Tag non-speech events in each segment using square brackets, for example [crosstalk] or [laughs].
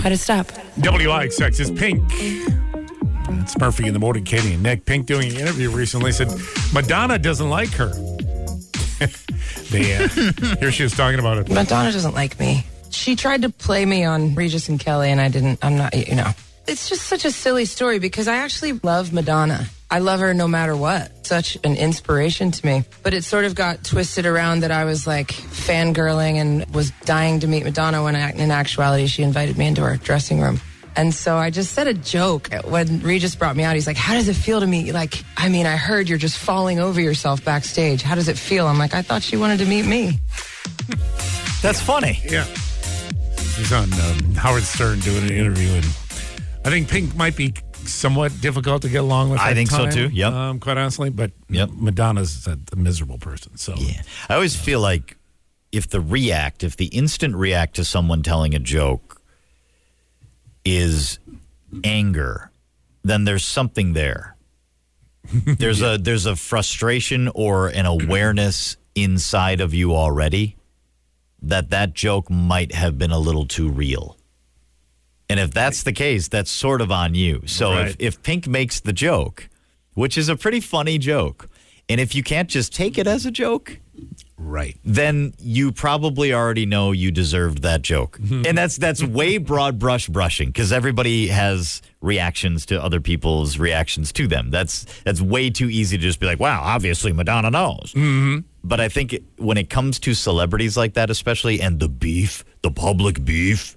How to stop? WIXX is Pink. It's Murphy in the morning, Katie and Nick. Pink doing an interview recently said Madonna doesn't like her. [laughs] they, uh, here she is talking about it. Madonna doesn't like me. She tried to play me on Regis and Kelly, and I didn't. I'm not, you know. It's just such a silly story because I actually love Madonna. I love her no matter what. Such an inspiration to me. But it sort of got twisted around that I was like fangirling and was dying to meet Madonna when I, in actuality she invited me into her dressing room. And so I just said a joke when Regis brought me out. He's like, How does it feel to meet? Like, I mean, I heard you're just falling over yourself backstage. How does it feel? I'm like, I thought she wanted to meet me. That's funny. Yeah. She's on um, Howard Stern doing an interview, and I think Pink might be somewhat difficult to get along with. I at think so, times, too. Yep. Um, quite honestly, but Yep. Madonna's a, a miserable person. So Yeah. I always feel like if the react, if the instant react to someone telling a joke is anger, then there's something there. [laughs] There's a there's a frustration or an awareness inside of you already that that joke might have been a little too real. And if that's the case, that's sort of on you. So Right. if, if Pink makes the joke, which is a pretty funny joke, and if you can't just take it as a joke, right. then you probably already know you deserved that joke. Mm-hmm. And that's that's way broad brush brushing because everybody has reactions to other people's reactions to them. That's that's way too easy to just be like, wow, obviously Madonna knows. But I think it- when it comes to celebrities like that, especially and the beef, the public beef,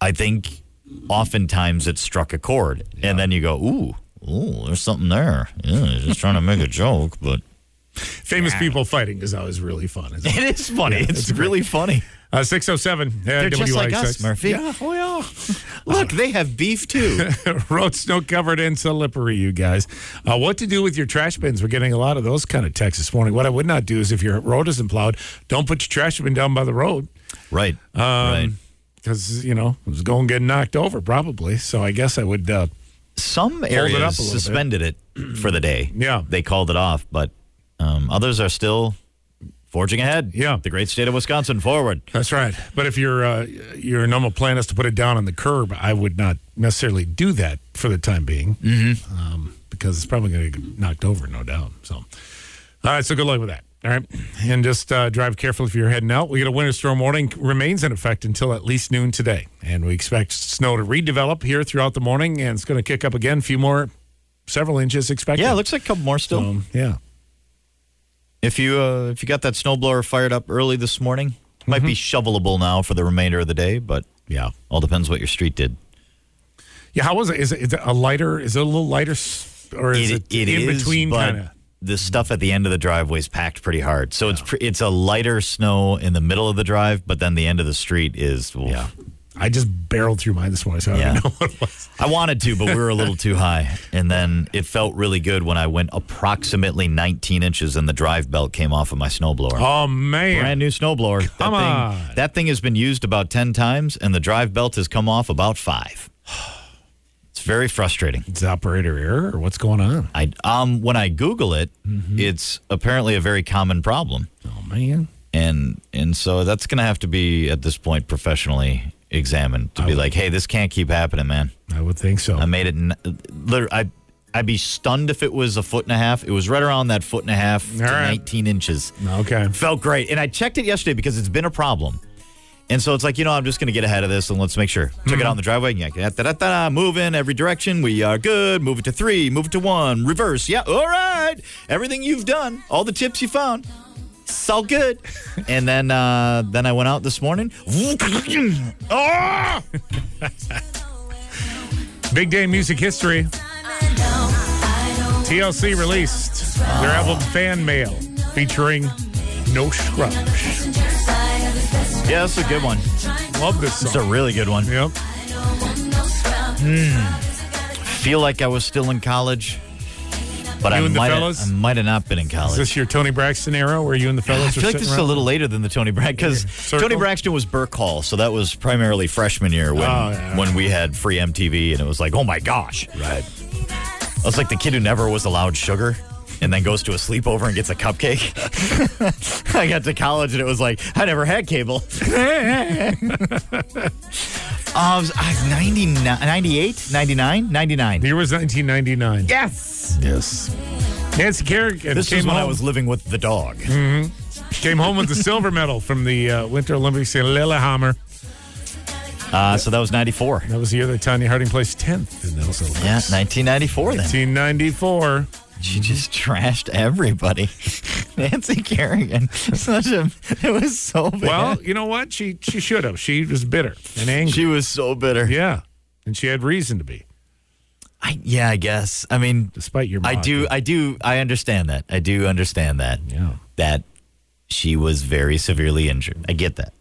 I think oftentimes it struck a chord, and then you go, ooh, ooh, there's something there. Yeah, he's just trying to make a joke, but [laughs] Famous people fighting is always really fun. Isn't it? it is funny. it's, really funny. Uh, 607. uh, They're just like WIXX. us, Murphy. Yeah, oh yeah. Look, they have [laughs] beef too. Road snow covered and slippery, you guys. Uh, what to do with your trash bins? We're getting a lot of those kind of texts this morning. What I would not do is if your road isn't plowed, don't put your trash bin down by the road right. Um, right. because, you know, it's going to get knocked over probably. So I guess I would. Uh, Some it up a areas little bit. suspended it [clears throat] for the day. [clears throat] Yeah. They called it off, but um, others are still forging ahead. Yeah. The great state of Wisconsin forward. that's right. But if your uh, your normal plan is to put it down on the curb, I would not necessarily do that for the time being mm-hmm. um, because it's probably going to get knocked over, no doubt. So, all right. So good luck with that. All right. And just uh, drive carefully if you're heading out. We get a winter storm warning remains in effect until at least noon today. And we expect snow to redevelop here throughout the morning. And it's going to kick up again, a few more, several inches expected. Yeah, it looks like a couple more still. Um, yeah. if you uh, if you got that snowblower fired up early this morning, it might be Mm-hmm. shovelable now for the remainder of the day, but yeah, all depends what your street did. Yeah. How was it? Is it, is it a lighter? Is it a little lighter? s- Or is it, it in is, between but kind of? The stuff at the end of the driveway is packed pretty hard, so it's pre- it's a lighter snow in the middle of the drive, but then the end of the street is well, yeah. I just barreled through mine this morning, so I Yeah. don't know what it was. I wanted to, but we were a little too high. And then it felt really good when I went approximately 19 inches and the drive belt came off of my snowblower. Oh man! Brand new snowblower. Come that thing, on. that thing has been used about 10 times and the drive belt has come off about five. [sighs] It's very frustrating. It's operator error, or what's going on? I um when I Google it, Mm-hmm. it's apparently a very common problem. Oh man! And and so that's gonna have to be at this point professionally examined to be like, hey, this can't keep happening, man. I would think so. I made it. N- liter- I I'd be stunned if it was a foot and a half. It was right around that foot and a half to All right. 19 inches. okay. [laughs] Felt great, and I checked it yesterday because it's been a problem. And so it's like you know I'm just going to get ahead of this and let's make sure. Took Mm-hmm. it out in the driveway. Yeah, da, da, da, da, move in every direction. We are good. Move it to three. Move it to one. Reverse. Yeah. All right. Everything you've done. All the tips you found. It's [laughs] all good. and then uh, then I went out this morning. Oh! Big day in music history. TLC released their album Fan Mail featuring No Scrubs. Yeah, that's a good one. Love this It's a song. really good one. Yep. feel like I was still in college, but I You and the might, have, fellas? I might have not been in Is college. this your Tony Braxton era where you and the I fellas are feel like sitting this is around? a little later than the Tony Braxton because Circle? Tony Braxton was Burke Hall, so that was primarily freshman year when Oh, yeah. when we had free MTV, and it was like, oh my gosh, Right. I was like the kid who never was allowed sugar. And then goes to a sleepover and gets a cupcake. [laughs] [laughs] [laughs] Uh, I got to college and it was like, I never had cable. Uh, it was, uh, 99, 98, 99, 99. The year was 1999. Yes. Yes. Nancy Kerrigan This came is when home, I was living with the dog. came home with the silver medal from the uh, Winter Olympics in Lillehammer. Uh, so that was 94. That was the year that Tanya Harding placed 10th in those Olympics. Yeah, 1994 then. 1994. She just trashed everybody. [laughs] Nancy Kerrigan. [laughs] Such a. It was so bad. Well, you know what? She she should have. She was bitter and angry. she was so bitter. yeah, and she had reason to be, I, yeah, I guess. I mean, despite your. I mockery. do. I do. I understand that. I do understand that. Yeah. That she was very severely injured. I get that.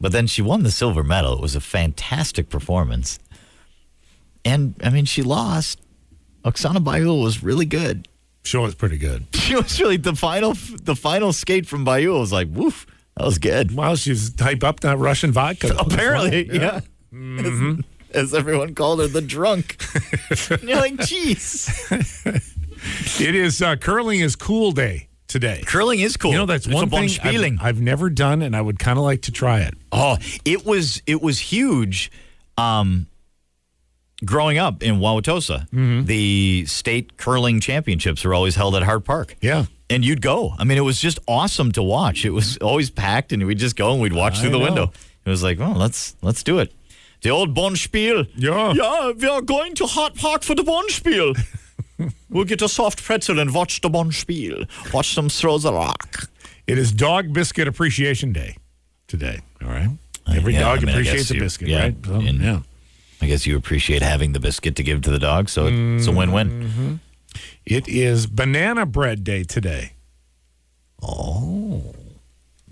But then she won the silver medal. It was a fantastic performance. And I mean, she lost. Oksana Bayul was really good. [laughs] She was pretty good. She was really the final. The final skate from Bayul was like, woof, that was good. Well, she was hype up that Russian vodka. though. [laughs] Apparently, yeah. Mm-hmm. [laughs] As, as everyone called her, the drunk. [laughs] And you're like, jeez. it is uh, curling is cool day today. Curling is cool. You know that's It's a one bon thing Spieling. I've, I've never done, and I would kind of like to try it. Oh, it was it was huge. Um, growing up in Wauwatosa, the state curling championships were always held at Hart Park. Yeah. and you'd go. I mean, it was just awesome to watch. It was always packed, and we'd just go and we'd watch I through the know. window. It was like, oh, let's let's do it. The old Bonspiel. Yeah. yeah, we are going to Hart Park for the [laughs] Bonspiel. we'll get a soft pretzel and watch the Bonspiel. Watch them throw the rock. It is Dog Biscuit Appreciation Day today. All right. Every Uh, yeah, dog I mean, I appreciates guess a you- biscuit, yeah, right? So, and- yeah. I guess you appreciate having the biscuit to give to the dog, so it's Mm-hmm. a win-win. It is Banana Bread Day today. Oh,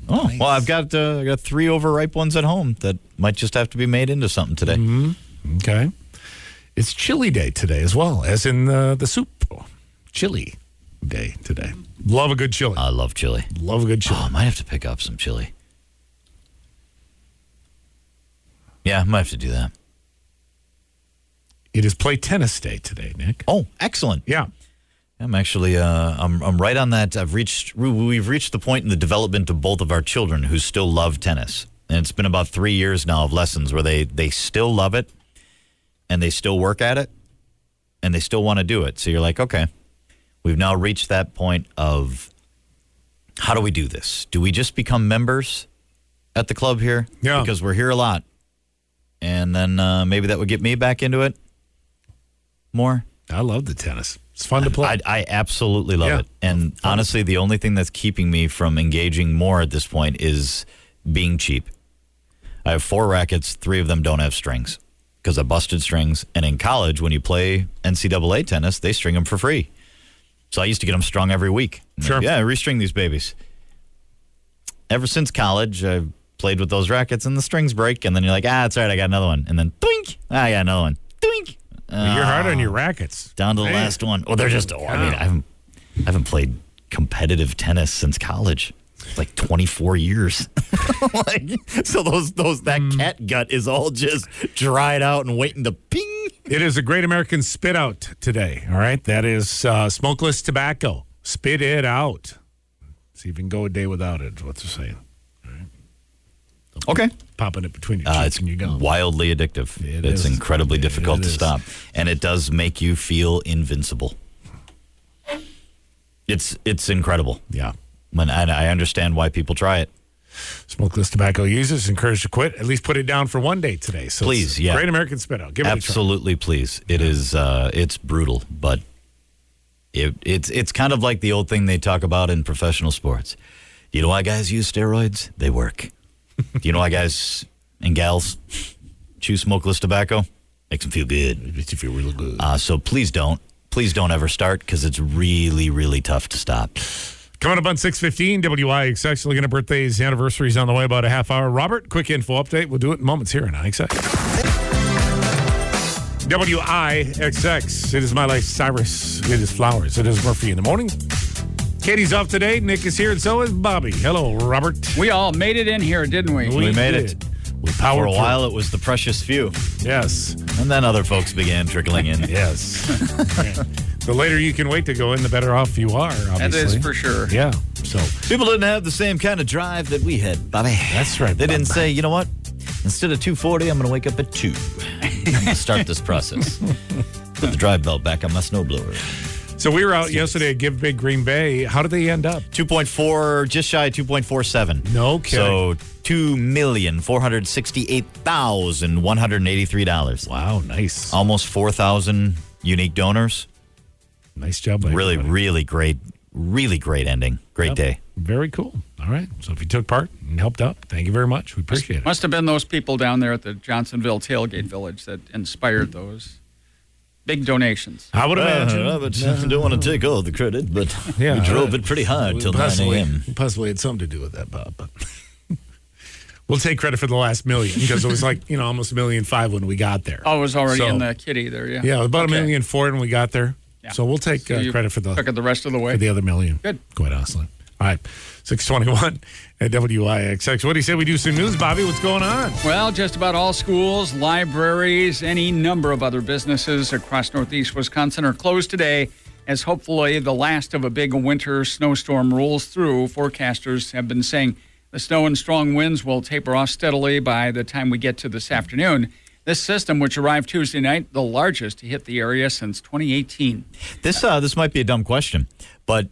well, I've got uh, I got three overripe ones at home that might just have to be made into something today. Mm-hmm. Okay. It's Chili Day today as well, as in the, the soup. Chili Day today. Love a good chili. I love chili. Love a good chili. Oh, I might have to pick up some chili. Yeah, I might have to do that. It is Play Tennis Day today, Nick. Oh, excellent. Yeah. I'm actually uh, I'm I'm right on that. I've reached we- we've reached the point in the development of both of our children who still love tennis, and it's been about three years now of lessons where they they still love it, and they still work at it, and they still want to do it. So you're like, okay, we've now reached that point of how do we do this? Do we just become members at the club here? Yeah. because we're here a lot, and then uh, maybe that would get me back into it more. I love the tennis. It's fun to play. I, I absolutely love Yeah. it. And honestly, the only thing that's keeping me from engaging more at this point is being cheap. I have four rackets, three of them don't have strings because I busted strings. And in college, when you play NCAA tennis, they string them for free. So I used to get them strung every week. I'm like, Sure. yeah, restring these babies. Ever since college, I've played with those rackets and the strings break. And then you're like, ah, it's all right. I got another one. And then, doink, ah, I got another one. Doink. You're hard on your rackets. Ah. Down to the Man. last one. Well, they're just. Oh, I mean, I haven't, I haven't played competitive tennis since college. It's like 24 years. [laughs] like, so those those that Hmm. cat gut is all just dried out and waiting to ping. It is a great American spit out today. All right. That is uh, smokeless tobacco. Spit it out. See if you can go a day without it, is what they're saying. Okay. Popping it between your Uh, cheeks it's and your gum. wildly addictive. It it's is. incredibly It difficult is. to stop, and it does make you feel invincible. It's it's incredible. Yeah. When and I understand why people try it. Smokeless tobacco users encouraged to quit. At least put it down for one day today. So Please, it's a yeah. Great American spit out. Give Absolutely, please. It is. Uh, it's brutal, but it, it's it's kind of like the old thing they talk about in professional sports. You know why guys use steroids? They work. Do you know why guys and gals choose smokeless tobacco? Makes them feel good. it a try. If you feel really good. Uh, so please don't. Please don't ever start because it's really, really tough to stop. Coming up on 615, WIXX. Looking at birthdays, anniversaries on the way, about a half hour. Robert, quick info update. We'll do it in moments here on IXX. WIXX. It is my life, Cyrus. It is Flowers. It is Murphy in the morning. Katie's off today. Nick is here, and so is Bobby. Hello, Robert. We all made it in here, didn't we? We made did. it. We For powered a through. while, it was the precious few, Yes. and then other folks began trickling [laughs] in. [laughs] Yes. the later you can wait to go in, the better off you are, obviously. that is for sure. Yeah. So People didn't have the same kind of drive that we had, Bobby. That's right, They didn't Bob. say, you know what? Instead of 2:40, I'm going to wake up at 2 to start [laughs] this process. Put the drive belt back on my snowblower. So we were out yesterday at Give Big Green Bay. How did they end up? 2.4, just shy of 2.47. No kidding. So $2,468,183. Wow, nice. Almost 4,000 unique donors. Nice job. by Really, everybody. really great. Really great ending. Great day. Very cool. All right. So if you took part and helped out, thank you very much. We appreciate it. Must have been those people down there at the Johnsonville Tailgate Village that inspired those big donations. I would Uh, imagine. I don't want to take all the credit, but Yeah, we drove it pretty hard possibly, possibly had something to do with that, Bob. But [laughs] we'll take credit for the last million because it was like you know almost a million five when we got there. Oh, it was already So- in the kitty there, yeah. Yeah, about Okay. a million four when we got there. Yeah. So we'll take So uh, you credit for the Took it the rest of the way. for the other million. Good. Quite honestly. All right. 621 at WIXX. What do you say we do some news, Bobby? What's going on? Well, just about all schools, libraries, any number of other businesses across northeast Wisconsin are closed today as hopefully the last of a big winter snowstorm rolls through. Forecasters have been saying the snow and strong winds will taper off steadily by the time we get to this afternoon. This system, which arrived Tuesday night, the largest to hit the area since 2018. This uh, this might be a dumb question, but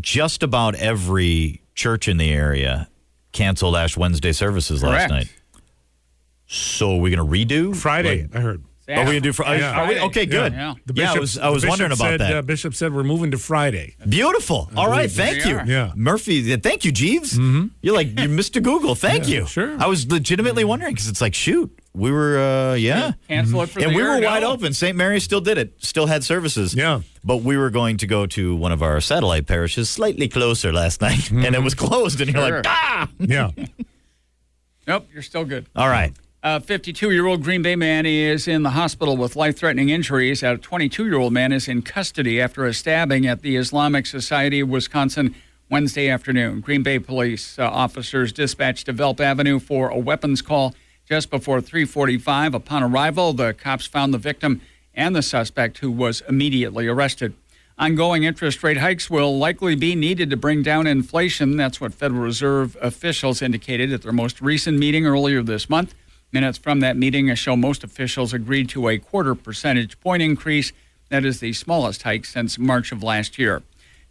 just about every church in the area canceled Ash Wednesday services last Correct. night. So we're gonna redo Friday, Like, I heard. are we gonna do Friday? Yeah. Are we? Okay, good. Yeah, Yeah. The I bishop- was I the was bishop wondering about said, that. Uh, Bishop said we're moving to [laughs] Friday. Beautiful. All right, thank We you. are. Yeah. Murphy. yeah, Thank you, Jeeves. Mm-hmm. You're like you Mr. Google. Thank Yeah, you. sure. I was legitimately wondering because it's like, shoot, we were, uh, yeah, Cancel it for and the we year, were no. wide open. St. Mary still did it, still had services. Yeah. but we were going to go to one of our satellite parishes, slightly closer last [laughs] night, and Mm-hmm. it was closed. And you're Sure. like, ah, Yeah. Nope, you're still good. all right. A 52 year old Green Bay man is in the hospital with life threatening injuries. A 22 year old man is in custody after a stabbing at the Islamic Society of Wisconsin Wednesday afternoon. Green Bay police uh, officers dispatched to Velp Avenue for a weapons call just before 345. Upon arrival, the cops found the victim and the suspect, who was immediately arrested. Ongoing interest rate hikes will likely be needed to bring down inflation. That's what Federal Reserve officials indicated at their most recent meeting earlier this month. Minutes from that meeting show most officials agreed to a quarter percentage point increase. That is the smallest hike since March of last year.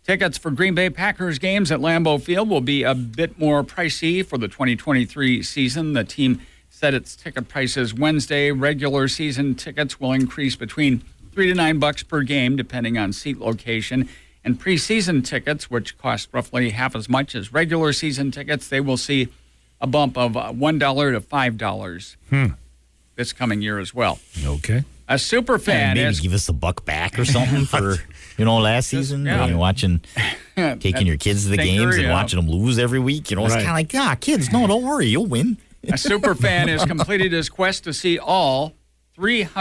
Tickets for Green Bay Packers games at Lambeau Field will be a bit more pricey for the 2023 season. The team set its ticket prices Wednesday. Regular season tickets will increase between three to nine bucks per game, depending on seat location. And preseason tickets, which cost roughly half as much as regular season tickets, they will see a bump of uh, one dollar to five dollars this coming year as well. okay. A super And fan maybe is give us a buck back or [laughs] something for you know last season yeah. when you're [laughs] watching, taking your kids to the stinker, games and yeah. watching them lose every week. You know, it's Right. kind of like, ah, kids, no, don't worry, you'll win. A super fan has completed his quest to see all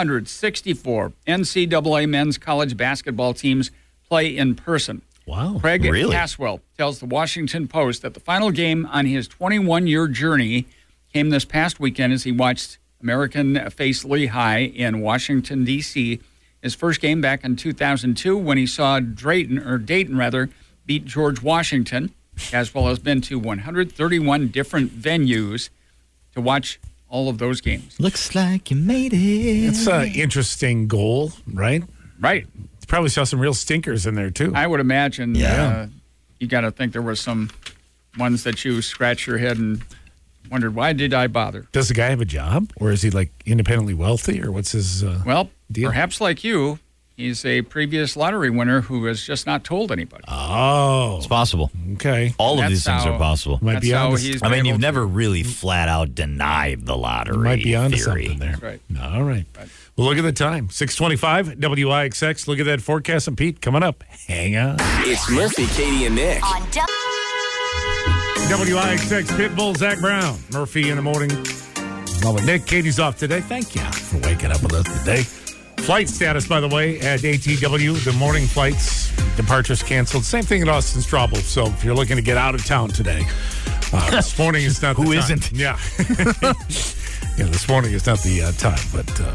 364 NCAA men's college basketball teams play in person. Wow. Craig really? Caswell tells the Washington Post that the final game on his 21 year journey came this past weekend as he watched American face Lehigh in Washington, D.C. His first game back in 2002 when he saw Drayton, or Dayton rather, beat George Washington. Caswell has been to 131 different venues to watch all of those games. Looks like you made it. It's an interesting goal, right? Right. Probably saw some real stinkers in there too. I would imagine Yeah. uh, you got to think there was some ones that you scratch your head and wondered why did I bother. Does the guy have a job, or is he like independently wealthy, or what's his? Uh, Well, Deal. perhaps like you, he's a previous lottery winner who has just not told anybody. oh, It's possible. okay. All of That's these things how- are possible. Might That's be how honest. he's. I mean, been you've able- never really flat out denied the lottery. might be onto theory. something there. Right. All right. Well, look at the time. 625 WIXX. Look at that forecast. And Pete coming up. Hang on. It's Murphy, Katie, and Nick. on W. WIXX Pitbull, Zach Brown. Murphy in the morning. Along with Nick. Katie's off today. Thank you for waking up with us today. Flight status, by the way, at ATW, the morning flights, departures canceled. Same thing at Austin Strobel. So if you're looking to get out of town today, [laughs] uh, this morning is not Who the time. isn't? Yeah. [laughs] yeah, this morning is not the uh, time, but. Uh,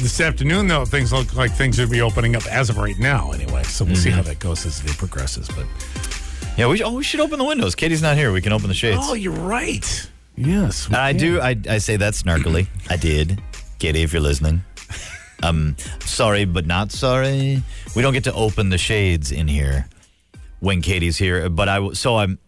this afternoon, though, things look like things are be opening up as of right now, anyway. So we'll Mm-hmm. see how that goes as the day progresses. But Yeah, we, oh, we should open the windows. Katie's not here. We can open the shades. you're right. Yes. we And I can. do. I, I say that snarkily. I did. Katie, if you're listening. Um, sorry, but not sorry. We don't get to open the shades in here when Katie's here. But I w- so I'm.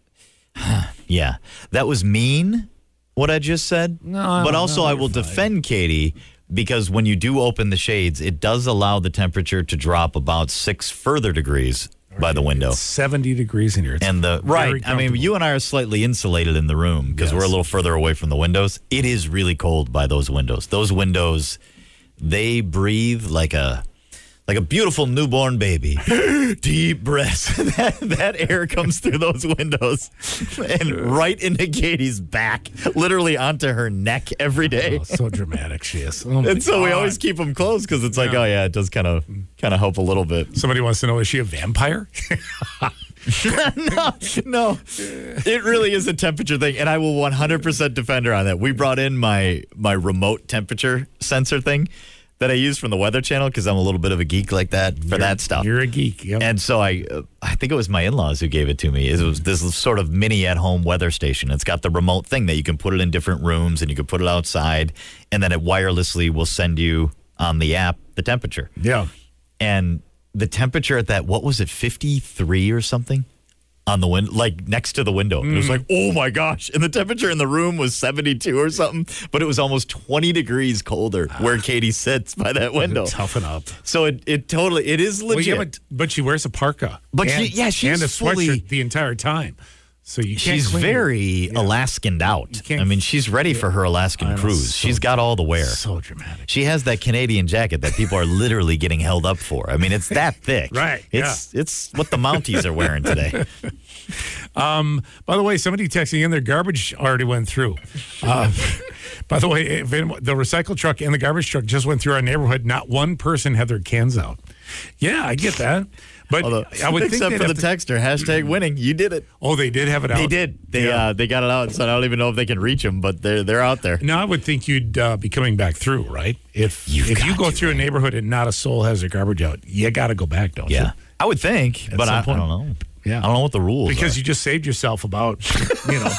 [sighs] yeah, that was mean. What I just said. I but don't- also, no, I you're will defend Katie because when you do open the shades, it does allow the temperature to drop about six further degrees by the window. 70 degrees in here. It's And the very right, I mean, comfortable. you and I are slightly insulated in the room because we're a Yes. little further away from the windows. It is really cold by those windows. Those windows, they breathe like a like a beautiful [laughs] newborn baby. Deep breaths. [laughs] that, that air comes through those windows and right into Katie's back, literally onto her neck every day. Oh, [laughs] so dramatic she is. Oh my And so we God. always keep them closed because it's like, oh yeah, it does kind of kind of help a little bit. Somebody wants to know, is she a vampire? [laughs] no, no, it really is a temperature thing, and I will 100% defend her on that. We brought in my my remote temperature sensor thing that I use from the Weather Channel because I'm a little bit of a geek like that for that stuff. [laughs] You're a geek. Yep. And so I, uh, I think it was my in-laws who gave it to me. It was this sort of mini at-home weather station. It's got the remote thing that you can put it in different rooms and you can put it outside, and then it wirelessly will send you on the app the temperature yeah. and the temperature at that what was it 53 or something on the wind like next to the window And it was Mm. like oh my gosh and the temperature in the room was 72 or something but it was almost 20 degrees colder Ah. where katie sits by that window Toughen up. so it, it totally it is Well, yeah, legit but, but she wears a parka. But she- and, yeah, she's and a sweatshirt fully- the entire time. So you can't she's claim- very alaskan out can't- i mean she's ready for her alaskan know, cruise so- she's got all the wear so dramatic. she has that Canadian jacket that people are literally getting held up for. I mean, it's that thick. [laughs] Right, It's it's what the Mounties are wearing [laughs] today. By the way, somebody texting in their garbage already went [laughs] through. Uh, [laughs] by the way, if anyone, the recycle truck and the garbage truck just went through our neighborhood. Not one person had their cans out. Yeah, I get that. But [laughs] Although, I would think except they'd for the have to- texter, hashtag winning. You did it. Oh, they did have it out. They did. They Yeah. uh, they got it out, so I don't even know if they can reach them, but they're they're out there. Now I would think you'd uh, be coming back through, right? If You've if you got go to, through a neighborhood and not a soul has their garbage out, you got to go back, don't you? I would think, but some I, I point. don't know. Yeah. I don't know what the rules. Because are. you just saved yourself about you [laughs] know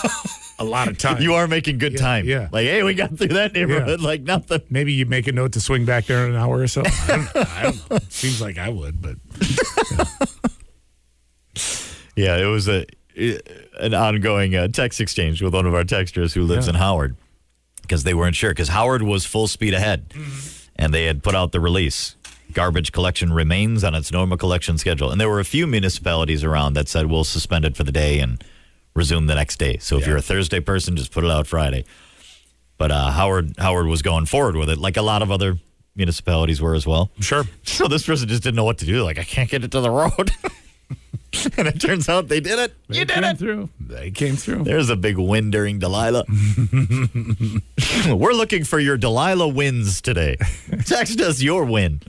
a lot of time. you are making good time. yeah. Like, hey, we got through that neighborhood Yeah. like nothing. Maybe you make a note to swing back there in an hour or so. I don't, I don't [laughs] know. Seems like I would, but Yeah, it was a an ongoing uh, text exchange with one of our texters who lives in Howard because they weren't sure because Howard was full speed ahead and they had put out the release. Garbage collection remains on its normal collection schedule, and there were a few municipalities around that said we'll suspend it for the day and resume the next day. So if you're a Thursday person, just put it out Friday. But uh, Howard Howard was going forward with it, like a lot of other municipalities were as well. sure. So this person just didn't know what to do. Like, I can't get it to the road. [laughs] and it turns out they did it. They came through. They came through. There's a big win during Delilah. [laughs] We're looking for your Delilah wins today. Text us your win.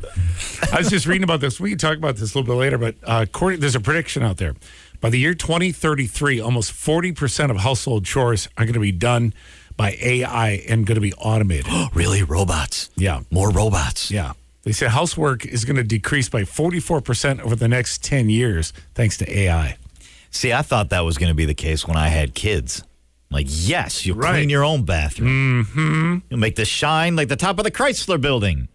I was just reading about this. We can talk about this a little bit later, but uh, according, there's a prediction out there. By the year 2033, almost 40% of household chores are going to be done by AI and going to be automated. really? Robots? Yeah. More robots. yeah. They say housework is going to decrease by 44% over the next 10 years thanks to AI. See, I thought that was going to be the case when I had kids. Like, yes, you'll Right. clean your own bathroom. Mm-hmm. You'll make this shine like the top of the Chrysler building.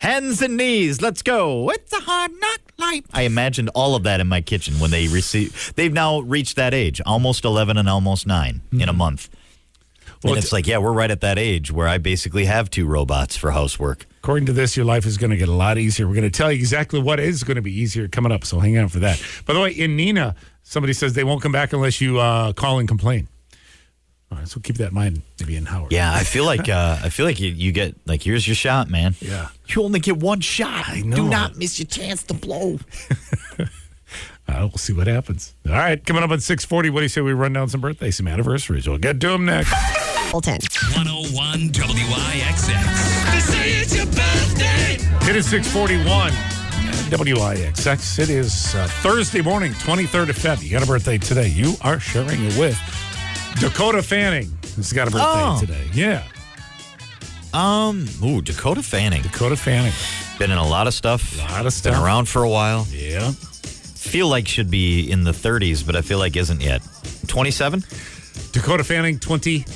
Hands and knees, let's go. It's a hard knock life. I imagined all of that in my kitchen when they receive. They've now reached that age, almost 11 and almost 9 in a month. Mm-hmm. Well, and it's like, yeah, we're right at that age where I basically have two robots for housework. According to this, your life is going to get a lot easier. We're going to tell you exactly what is going to be easier coming up. So hang on for that. By the way, in Nina, somebody says they won't come back unless you uh, call and complain. All right, so keep that in mind. Maybe in Howard. Yeah, I [laughs] feel like uh, I feel like you, you get like here's your shot, man. Yeah. you only get one shot. I know. Do not miss your chance to blow. Uh, we'll see what happens. All right, coming up at six forty. What do you say we run down some birthdays, some anniversaries? We'll get to them next. Bolton. 101 WIXX. This is your birthday. It is six forty one. WIXX. It is uh, Thursday morning, twenty third of Feb. You got a birthday today. You are sharing it with Dakota Fanning. Has got a birthday Oh. today. Yeah, Um, ooh, Dakota Fanning. Dakota Fanning. Been in a lot of stuff. lot of Been stuff. around for a while. Yeah. Feel like should be in the 30s, but I feel like isn't yet. 27? Dakota Fanning, 27.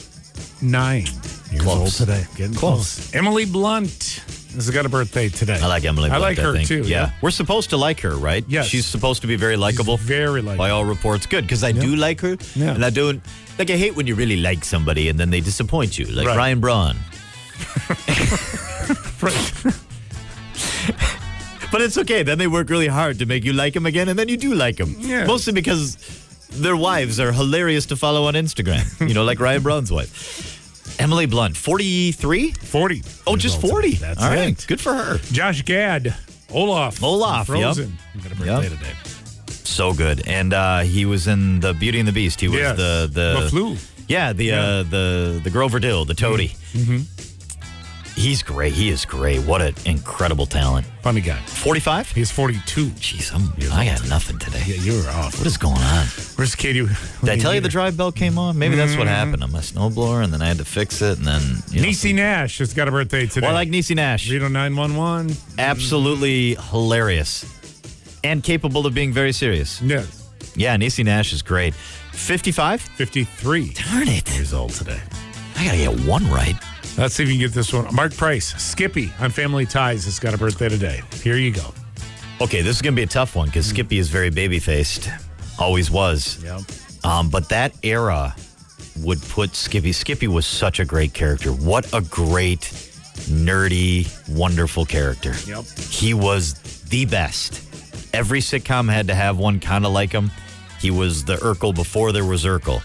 nine years Close. old today. Getting close. Emily Blunt has got a birthday today. I like Emily. I Blunt, like her think. too. Yeah. we're supposed to like her, right? Yes. she's supposed to be very likable. very likable. by all reports. Good because I do like her, Yeah. and I don't like. I hate when you really like somebody and then they disappoint you, like Right. Ryan Braun. [laughs] [laughs] Right. But it's okay. Then they work really hard to make you like him again, and then you do like him. Yeah. Mostly because their wives are hilarious to follow on [laughs] Instagram. you know, like Ryan Braun's wife, Emily Blunt, forty-three. 40. Oh, years just old today. forty. That's all it. right. Good for her. Josh Gad, Olaf. Olaf, from yep. Frozen. Got a birthday Yep. today. So good, and uh, he was in the Beauty and the Beast. He was Yes. the the LeFleur. Yeah, the Uh, the the Grover Dill, the toady. He's great. He is great. What an incredible talent. Funny guy. Forty five. He's 42. Jeez, I'm, I got nothing today. Yeah, you were off. What is going on? Where's Katie? Did I tell you the drive belt came on? Maybe that's what happened on my snowblower, and then I had to fix it, and then you know, Niecy Nash has got a birthday today. Well, I like Niecy Nash. Reno 911. Absolutely hilarious, and capable of being very serious. Yes. Yeah, Niecy Nash is great. Fifty five. 53 Darn it! years old today. I gotta get one right. Let's see if you can get this one. Mark Price, Skippy on Family Ties has got a birthday today. Here you go. Okay, this is going to be a tough one because Skippy is very baby faced. Always was. Yep. Um, but that era would put Skippy. Skippy was such a great character. What a great, nerdy, wonderful character. Yep. He was the best. Every sitcom had to have one kind of like him. He was the Urkel before there was Urkel.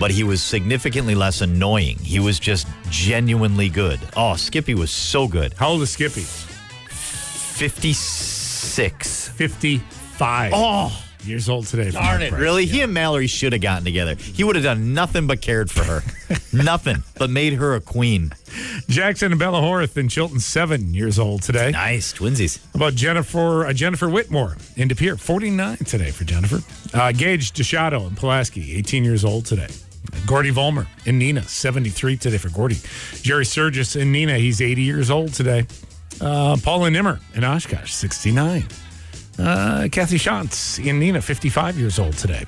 But he was significantly less annoying. He was just genuinely good. Oh, Skippy was so good. How old is Skippy? 56. 55 Oh, years old today. for darn Mark it. Price. Really? He and Mallory should have gotten together. He would have done nothing but cared for [laughs] her. nothing but made her a queen. Jackson and Bella Horth in Chilton, seven years old today. How Nice. Twinsies. about Jennifer uh, Jennifer Whitmore in De Pere, 49 today for Jennifer. Uh, Gage DeShado in Pulaski, 18 years old today. Gordy Vollmer in Nina, 73 today for Gordy. Jerry Surgis in Nina, he's 80 years old today. Uh, Paula Nimmer in Oshkosh, 69. Uh, Kathy Shantz in Nina, 55 years old today.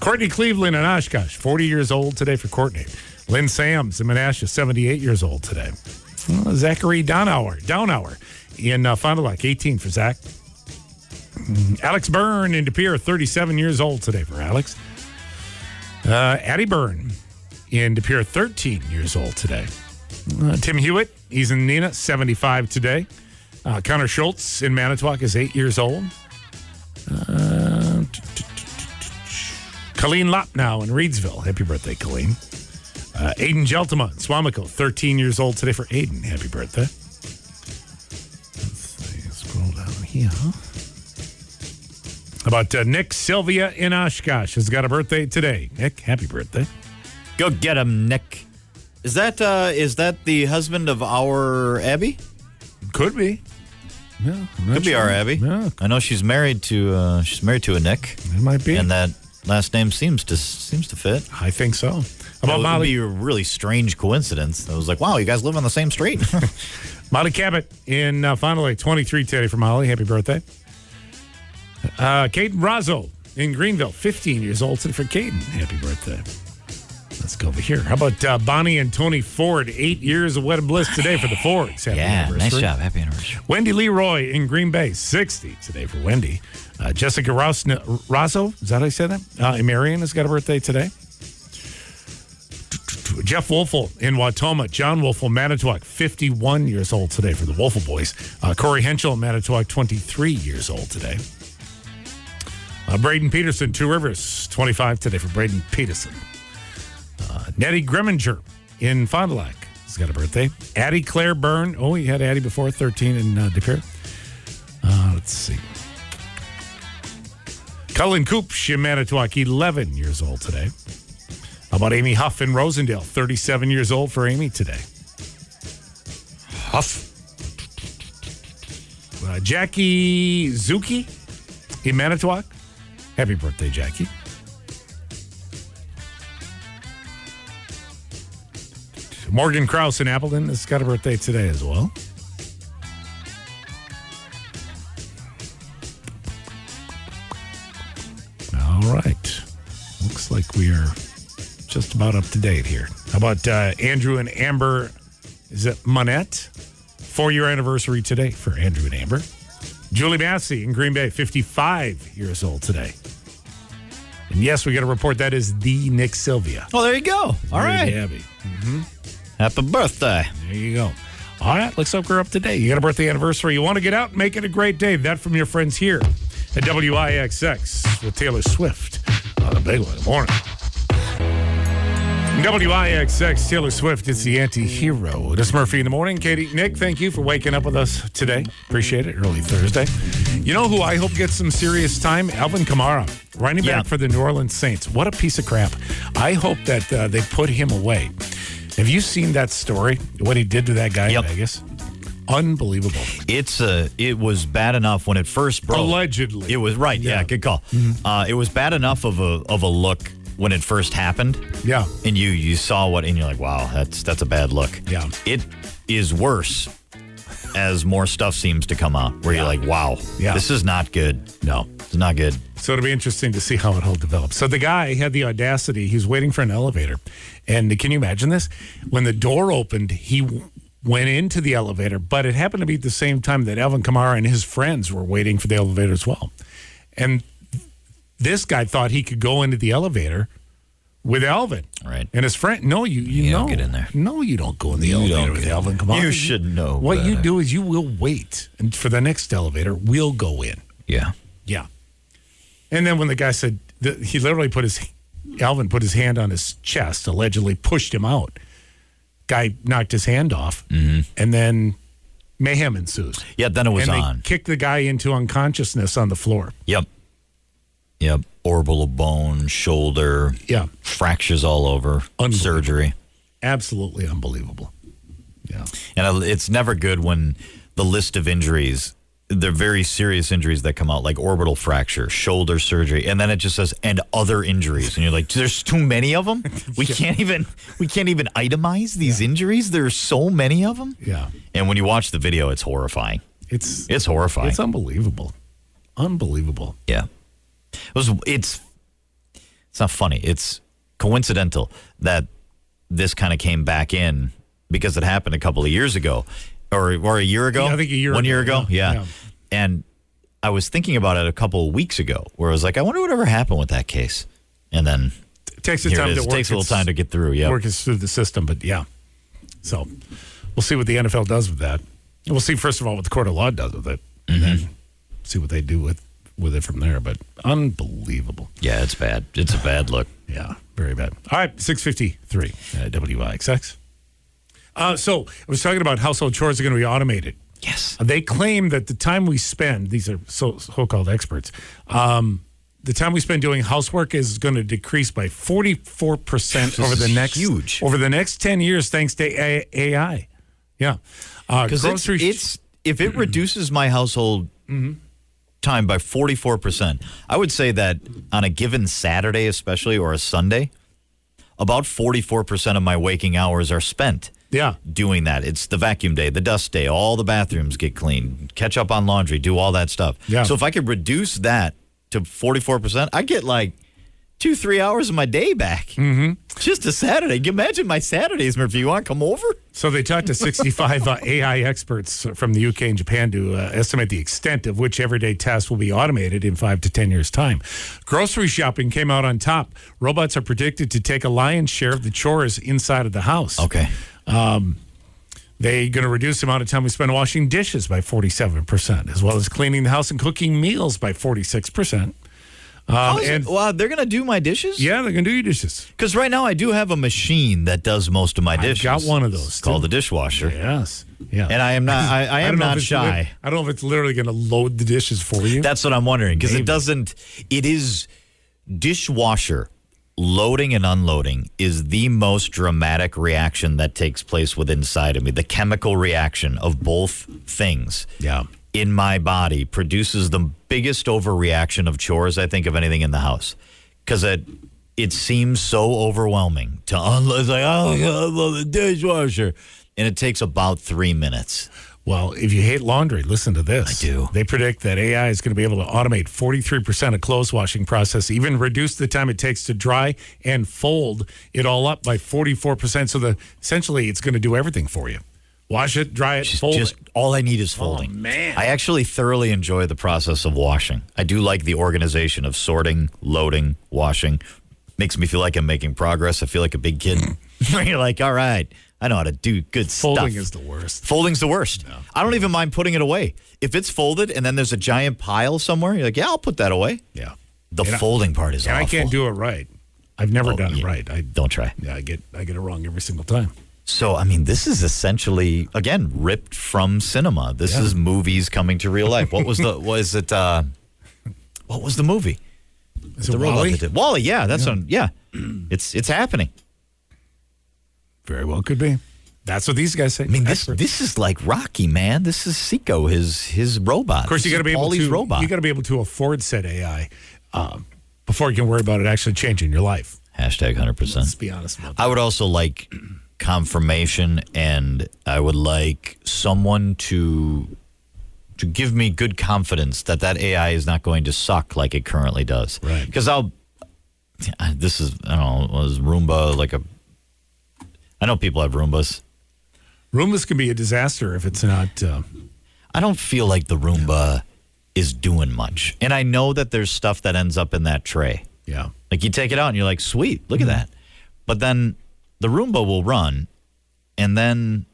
Courtney Cleveland in Oshkosh, 40 years old today for Courtney. Lynn Sams in Menasha, 78 years old today. Uh, Zachary Downhour, Downhour in uh, Fond du Lac, 18 for Zach. Mm, Alex Byrne in De Pere, 37 years old today for Alex. Uh, Addie Byrne in De Pere, 13 years old today. Uh, Tim Hewitt, he's in Nina, 75 today. Uh, Connor Schultz in Manitowoc is eight years old. Uh, t- t- t- t- t- Colleen Lopnow in Reedsville. Happy birthday, Colleen. Uh, Aiden Geltima in Swamico, 13 years old today for Aiden. Happy birthday. Let's see, scroll down here. How About uh, Nick Sylvia in Oshkosh has got a birthday today. Nick, happy birthday. Go get him, Nick. Is that uh is that the husband of our Abby? Could be. No, I'm not Could be sure. our Abby. Yeah, I know she's married to uh she's married to a Nick. it might be. And that last name seems to seems to fit. I think so. How That About would Molly be a really strange coincidence. I was like, wow, you guys live on the same street. Molly Cabot in uh, Fond du Lac, 23 today for Molly. Happy birthday. Uh, Caden Razzo in Greenville, 15 years old today for Caden. Happy birthday. Let's go over here. How about uh, Bonnie and Tony Ford, eight years of wedded bliss today for the Fords. Happy [laughs] yeah, nice anniversary. job. Happy anniversary. Wendy Leroy in Green Bay, 60 today for Wendy. Uh, Jessica Rosna, Rosso, is that how you say that? Uh, and Marion has got a birthday today. Jeff Wolfel in Watoma. John Wolfel, Manitowoc, 51 years old today for the Wolfel Boys. Uh, Corey Henschel in Manitowoc, 23 years old today. Uh, Braden Peterson, Two Rivers, 25 today for Braden Peterson. Nettie Grimminger in Fond du Lac has got a birthday. Addie Claire Byrne. Oh, you had Addie before, 13 in uh, De Pere. Uh, let's see. Cullen Coops in Manitowoc, 11 years old today. How about Amy Huff in Rosendale, 37 years old for Amy today? Huff. Uh, Jackie Zuki in Manitowoc. Happy birthday, Jackie. Morgan Krause in Appleton has got a birthday today as well. All right. Looks like we are just about up to date here. How about uh, Andrew and Amber? Is it Monette? Four year anniversary today for Andrew and Amber. Julie Massey in Green Bay, 55 years old today. And yes, we got a report that is the Nick Sylvia. Well, there you go. All right. Abby. Happy birthday. There you go. All right, looks like we're up to date. You got a birthday anniversary. You want to get out and make it a great day. That from your friends here at WIXX with Taylor Swift on a big one in the morning. WIXX, Taylor Swift, it's the anti hero. It is Murphy in the morning. Katie, Nick, thank you for waking up with us today. Appreciate it. Early Thursday. You know who I hope gets some serious time? Alvin Kamara, running back Yeah. for the New Orleans Saints. What a piece of crap. I hope that uh, they put him away. Have you seen that story? What he did to that guy Yep. in Vegas? Unbelievable. It's uh, it was bad enough when it first broke. Allegedly. it was right. Yeah, Yeah. Mm-hmm. good call. Uh, it was bad enough of a of a look when it first happened. Yeah. and you you saw what, and you're like, wow, that's that's a bad look. Yeah. it is worse as more stuff seems to come out. Where you're like, wow, Yeah. this is not good. No, it's not good. So it'll be interesting to see how it all develops. So the guy had the audacity. He was waiting for an elevator. And can you imagine this? When the door opened, he w- went into the elevator, but it happened to be at the same time that Alvin Kamara and his friends were waiting for the elevator as well. And this guy thought he could go into the elevator with Alvin. Right. And his friend, no, you you, You know. don't get in there. No, you don't go in the elevator don't with get in Alvin there. Kamara. You should know What you better. do is you will wait and for the next elevator. We'll go in. Yeah, Yeah. And then when the guy said the, he literally put his Alvin put his hand on his chest, allegedly pushed him out. Guy knocked his hand off, Mm-hmm. and then mayhem ensues. yeah. Then it was and they on. kicked the guy into unconsciousness on the floor. Yep. Yep. Orbital bone, shoulder. Yeah. Fractures all over. Unbelievable. Surgery. Absolutely unbelievable. Yeah. And I- it's never good when the list of injuries, they're very serious injuries that come out, like orbital fracture, shoulder surgery, and then it just says and other injuries, and you're like, there's too many of [laughs] them. We can't even we can't even itemize these injuries. There's so many of them. Yeah. And when you watch the video, it's horrifying. It's It's horrifying. it's unbelievable. Unbelievable. Yeah. It was it's it's not funny. It's coincidental that this kind of came back in because it happened a couple of years ago or or a year ago. Yeah, I think a year One ago, year ago. yeah, Yeah. yeah. And I was thinking about it a couple of weeks ago where I was like, I wonder whatever happened with that case. And then It takes the here time it to is. work. takes a its- little time to get through. Yeah. work us through the system. But yeah, so we'll see what the NFL does with that. And We'll see first of all what the court of law does with it, and then see what they do with with it from there. But unbelievable, Yeah, it's bad. It's a bad look. yeah, very bad. All right, six fifty three uh, WIXX. Uh, so I was talking about household chores are going to be automated. Yes. They claim that the time we spend, these are so called experts, um, the time we spend doing housework is going to decrease by 44% over is the next huge. over the next 10 years thanks to A- AI. Yeah. Uh, Because it's, grocery- it's if it reduces my household time by forty four percent, I would say that on a given Saturday, especially or a Sunday, about forty four percent of my waking hours are spent yeah. doing that. It's the vacuum day, the dust day, all the bathrooms get cleaned, catch up on laundry, do all that stuff. Yeah. So if I could reduce that to forty four percent, I get like two three hours of my day back. Mm-hmm. Just a Saturday. Imagine my Saturdays, Murphy. You want to come over? So they [laughs] talked to 65 uh, AI experts from the UK and Japan to uh, estimate the extent of which everyday tasks will be automated in five to 10 years' time. Grocery shopping came out on top. Robots are predicted to take a lion's share of the chores inside of the house. Okay. They're going to reduce the amount of time we spend washing dishes by 47%, as well as cleaning the house and cooking meals by 46%. Um, How's it- and wow, they're gonna do my dishes? yeah, they're going to do your dishes. Because right now I do have a machine that does most of my dishes. got one of those, It's called too. the dishwasher, Yes. Yeah. and I am not. I, [laughs] I am don't know if not it's shy. lit- I don't know if it's literally going to load the dishes for you. That's what I'm wondering because Maybe. it doesn't. It is dishwasher loading and unloading is the most dramatic reaction that takes place within inside of me. The chemical reaction of both things. Yeah. In my body produces the biggest overreaction of chores I think of anything in the house because it it seems so overwhelming to unload. It's like oh, I love the dishwasher, and it takes about three minutes. Well, if you hate laundry, listen to this. I do. They predict that AI is going to be able to automate 43% of clothes washing process, even reduce the time it takes to dry and fold it all up by 44%. So the essentially it's going to do everything for you. Wash it, dry it, Just, fold just it. all I need is folding. Oh, man. I actually thoroughly enjoy the process of washing. I do like the organization of sorting, loading, washing. Makes me feel like I'm making progress. I feel like a big kid. [laughs] You're like, all right, I know how to do good Folding stuff. is the worst. Folding's the worst. I don't even mind putting it away. If it's folded and then there's a giant pile somewhere, you're like, yeah, I'll put that away. Yeah. The And I- folding part is And awful. I can't do it right. I've never Oh, done it yeah. right. I Don't try. Yeah, I get I get it wrong every single time. So, I mean, this is essentially again ripped from cinema. This is movies coming to real life. What was [laughs] the was it? Uh, what was the movie? Is The it robot Wall-E? that did- Wally. Yeah, that's on. Yeah, it's it's happening. Very well could be. That's what these guys say. I mean, this this is like Rocky, man. This is Seiko, his his robot. Of course, you got to be able Wally's to robot. you got to be able to afford said AI um, before you can worry about it actually changing your life. Hashtag hundred percent. Let's be honest about that. I would also like confirmation, and I would like someone to to give me good confidence that that AI is not going to suck like it currently does. Right. Because I'll. This is I don't know. Was Roomba like a? I know people have Roombas. Roombas can be a disaster if it's not. Uh, I don't feel like the Roomba is doing much, and I know that there's stuff that ends up in that tray. yeah, Like you take it out and you're like, sweet, look at that. But then the Roomba will run, and then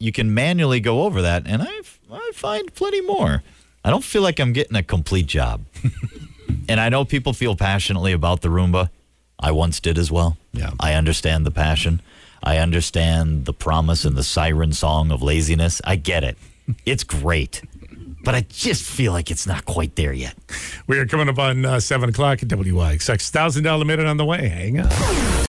you can manually go over that, and I I find plenty more. I don't feel like I'm getting a complete job. and I know people feel passionately about the Roomba. I once did as well. Yeah. I understand the passion. I understand the promise and the siren song of laziness. I get it. It's great. But I just feel like it's not quite there yet. we are coming up on uh, seven o'clock at WIXX. Thousand dollar minute on the way. Hang on.